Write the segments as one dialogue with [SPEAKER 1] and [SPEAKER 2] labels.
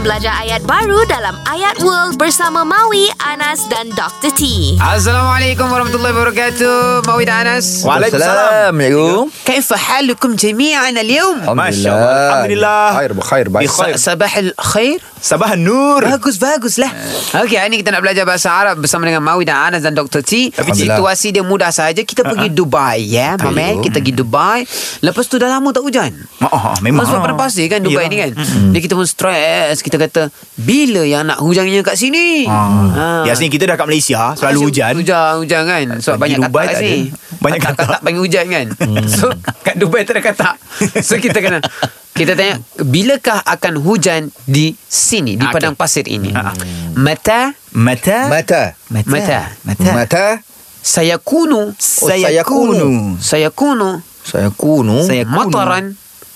[SPEAKER 1] belajar ayat baru dalam Ayat World bersama Maui, Anas dan Dr. T.
[SPEAKER 2] Assalamualaikum warahmatullahi wabarakatuh Mawi dan Anas
[SPEAKER 3] وعليكم يا جو
[SPEAKER 2] كيف حالكم جميعا اليوم؟
[SPEAKER 3] الحمد
[SPEAKER 4] ما
[SPEAKER 3] لله.
[SPEAKER 4] شاء الله الحمد لله
[SPEAKER 3] خير بخير baik.
[SPEAKER 4] بخير.
[SPEAKER 2] صباح الخير
[SPEAKER 4] Sabah Nur
[SPEAKER 2] Bagus, bagus lah Okey, hari ni kita nak belajar bahasa Arab Bersama dengan Mawi dan Anas dan Dr. T Tapi
[SPEAKER 3] Alhamdulillah.
[SPEAKER 2] situasi dia mudah saja
[SPEAKER 4] Ha,
[SPEAKER 2] Kita pergi Dubai ya Mama,
[SPEAKER 3] Ayo.
[SPEAKER 2] kita pergi Dubai Lepas tu dah lama tak hujan
[SPEAKER 4] Oh, memang
[SPEAKER 2] Memang sebab pada pasir kan Dubai
[SPEAKER 4] Ya.
[SPEAKER 2] ni kan Jadi kita pun stres Kita kata Bila yang nak hujannya kat sini
[SPEAKER 4] Ah. Biasanya kita dah kat Malaysia Selalu hujan
[SPEAKER 2] Hujan hujan kan Sebab
[SPEAKER 4] Pergi
[SPEAKER 2] banyak
[SPEAKER 4] Dubai
[SPEAKER 2] katak kat
[SPEAKER 4] tak
[SPEAKER 2] sini
[SPEAKER 4] ada. Banyak katak.
[SPEAKER 2] Katak panggil hujan kan
[SPEAKER 4] Hmm.
[SPEAKER 2] So kat Dubai tak ada katak So kita kena Kita tanya Bilakah akan hujan di sini Di
[SPEAKER 4] Okey.
[SPEAKER 2] padang pasir ini
[SPEAKER 4] Ah.
[SPEAKER 2] Mata
[SPEAKER 4] Mata
[SPEAKER 3] Mata.
[SPEAKER 2] Mata.
[SPEAKER 4] Mata
[SPEAKER 3] Mata.
[SPEAKER 2] Saya
[SPEAKER 4] Oh,
[SPEAKER 2] kunu
[SPEAKER 4] Saya,
[SPEAKER 3] saya
[SPEAKER 4] kunu
[SPEAKER 2] Saya kunu
[SPEAKER 3] Saya kunu.
[SPEAKER 4] Saya kunu
[SPEAKER 2] Mataran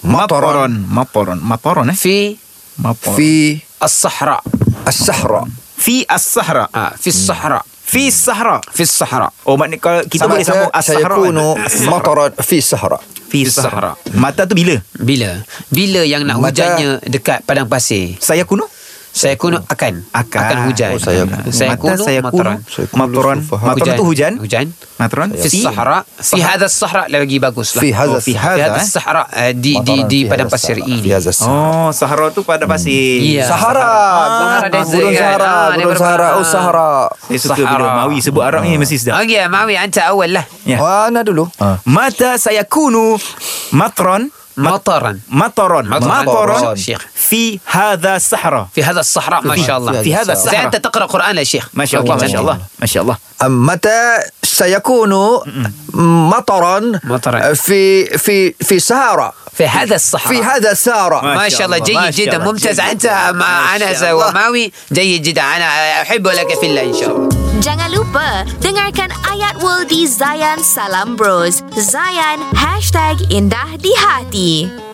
[SPEAKER 4] Maporon Maporon Maporon eh
[SPEAKER 2] Fi
[SPEAKER 4] Maporon
[SPEAKER 3] Fi
[SPEAKER 2] As-Sahra
[SPEAKER 3] as-sahra.
[SPEAKER 4] Fi as-sahra
[SPEAKER 2] Ah, Fi as-Sahra
[SPEAKER 4] Fi as-sahra
[SPEAKER 2] Fi as-Sahra
[SPEAKER 4] Oh maknanya kalau kita boleh sambung
[SPEAKER 3] Saya
[SPEAKER 4] as-sahra
[SPEAKER 3] kunu matarat fi sahra.
[SPEAKER 4] Fi as-sahra Mata tu bila?
[SPEAKER 2] Bila? Bila yang nak
[SPEAKER 3] Mata-
[SPEAKER 2] hujannya dekat padang pasir?
[SPEAKER 4] Saya kunu?
[SPEAKER 2] Saya kuno akan
[SPEAKER 4] Akan.
[SPEAKER 2] akan hujan.
[SPEAKER 3] Oh, saya-
[SPEAKER 2] saya
[SPEAKER 4] Mata
[SPEAKER 2] kuno
[SPEAKER 4] saya kunu
[SPEAKER 2] mataran.
[SPEAKER 3] Saya kunu
[SPEAKER 4] Maporon
[SPEAKER 3] sufa.
[SPEAKER 4] Maporon tu hujan
[SPEAKER 2] Hujan.
[SPEAKER 4] Maporon
[SPEAKER 2] Fi
[SPEAKER 4] Fi-
[SPEAKER 2] sahara, fi hadha sahara lagi bagus lah.
[SPEAKER 3] Fi hadha
[SPEAKER 2] Oh, fi
[SPEAKER 4] sahara,
[SPEAKER 2] hadha
[SPEAKER 4] eh.
[SPEAKER 2] sahara eh, di di
[SPEAKER 3] Mataran
[SPEAKER 2] di
[SPEAKER 3] fi
[SPEAKER 2] padang
[SPEAKER 3] hadha
[SPEAKER 2] pasir
[SPEAKER 3] sahra.
[SPEAKER 2] ini.
[SPEAKER 3] Fi hadha sahra.
[SPEAKER 4] Oh Sahara tu pada pasir
[SPEAKER 2] Hmm. Iya.
[SPEAKER 3] Sahara.
[SPEAKER 4] آه.
[SPEAKER 2] Sahara
[SPEAKER 3] Ah,
[SPEAKER 2] desert
[SPEAKER 3] Gurun
[SPEAKER 2] kan.
[SPEAKER 3] Sahara,
[SPEAKER 2] Ah, dia
[SPEAKER 3] Gurun
[SPEAKER 2] berapa-
[SPEAKER 3] Sahara, oh
[SPEAKER 2] ah.
[SPEAKER 3] Sahara.
[SPEAKER 4] Saya suka
[SPEAKER 2] Sahara.
[SPEAKER 4] bila Mawi sebut Arab ni mesti sedap
[SPEAKER 2] Okey, Mawi anta awal lah.
[SPEAKER 4] Ya.
[SPEAKER 3] Ah, Ana dulu.
[SPEAKER 4] آه. Mata saya kunu matron
[SPEAKER 2] Mataran.
[SPEAKER 4] mataron
[SPEAKER 2] Mataron.
[SPEAKER 4] mataron
[SPEAKER 2] Syekh.
[SPEAKER 4] fi hadha sahara.
[SPEAKER 2] في هذا الصحراء ما شاء الله
[SPEAKER 4] في هذا
[SPEAKER 2] إذا
[SPEAKER 4] الصحراء.
[SPEAKER 2] أنت تقرأ قرآن يا شيخ
[SPEAKER 4] ما شاء الله
[SPEAKER 2] أوكي،
[SPEAKER 4] ما شاء
[SPEAKER 2] جميل.
[SPEAKER 4] الله ما شاء الله.
[SPEAKER 3] متى سيكون مطرا
[SPEAKER 2] مطرا.
[SPEAKER 3] في في في سهرة
[SPEAKER 2] في هذا الصحراء
[SPEAKER 3] في هذا السهرة
[SPEAKER 2] ما شاء الله جيد جدا ممتاز أنت مع أنس وماوي جيد جدا أنا أحب لك في الله إن شاء الله
[SPEAKER 1] Jangan lupa, dengarkan Ayat World di Zayan Salam Bros. Zayan, hashtag indah di hati.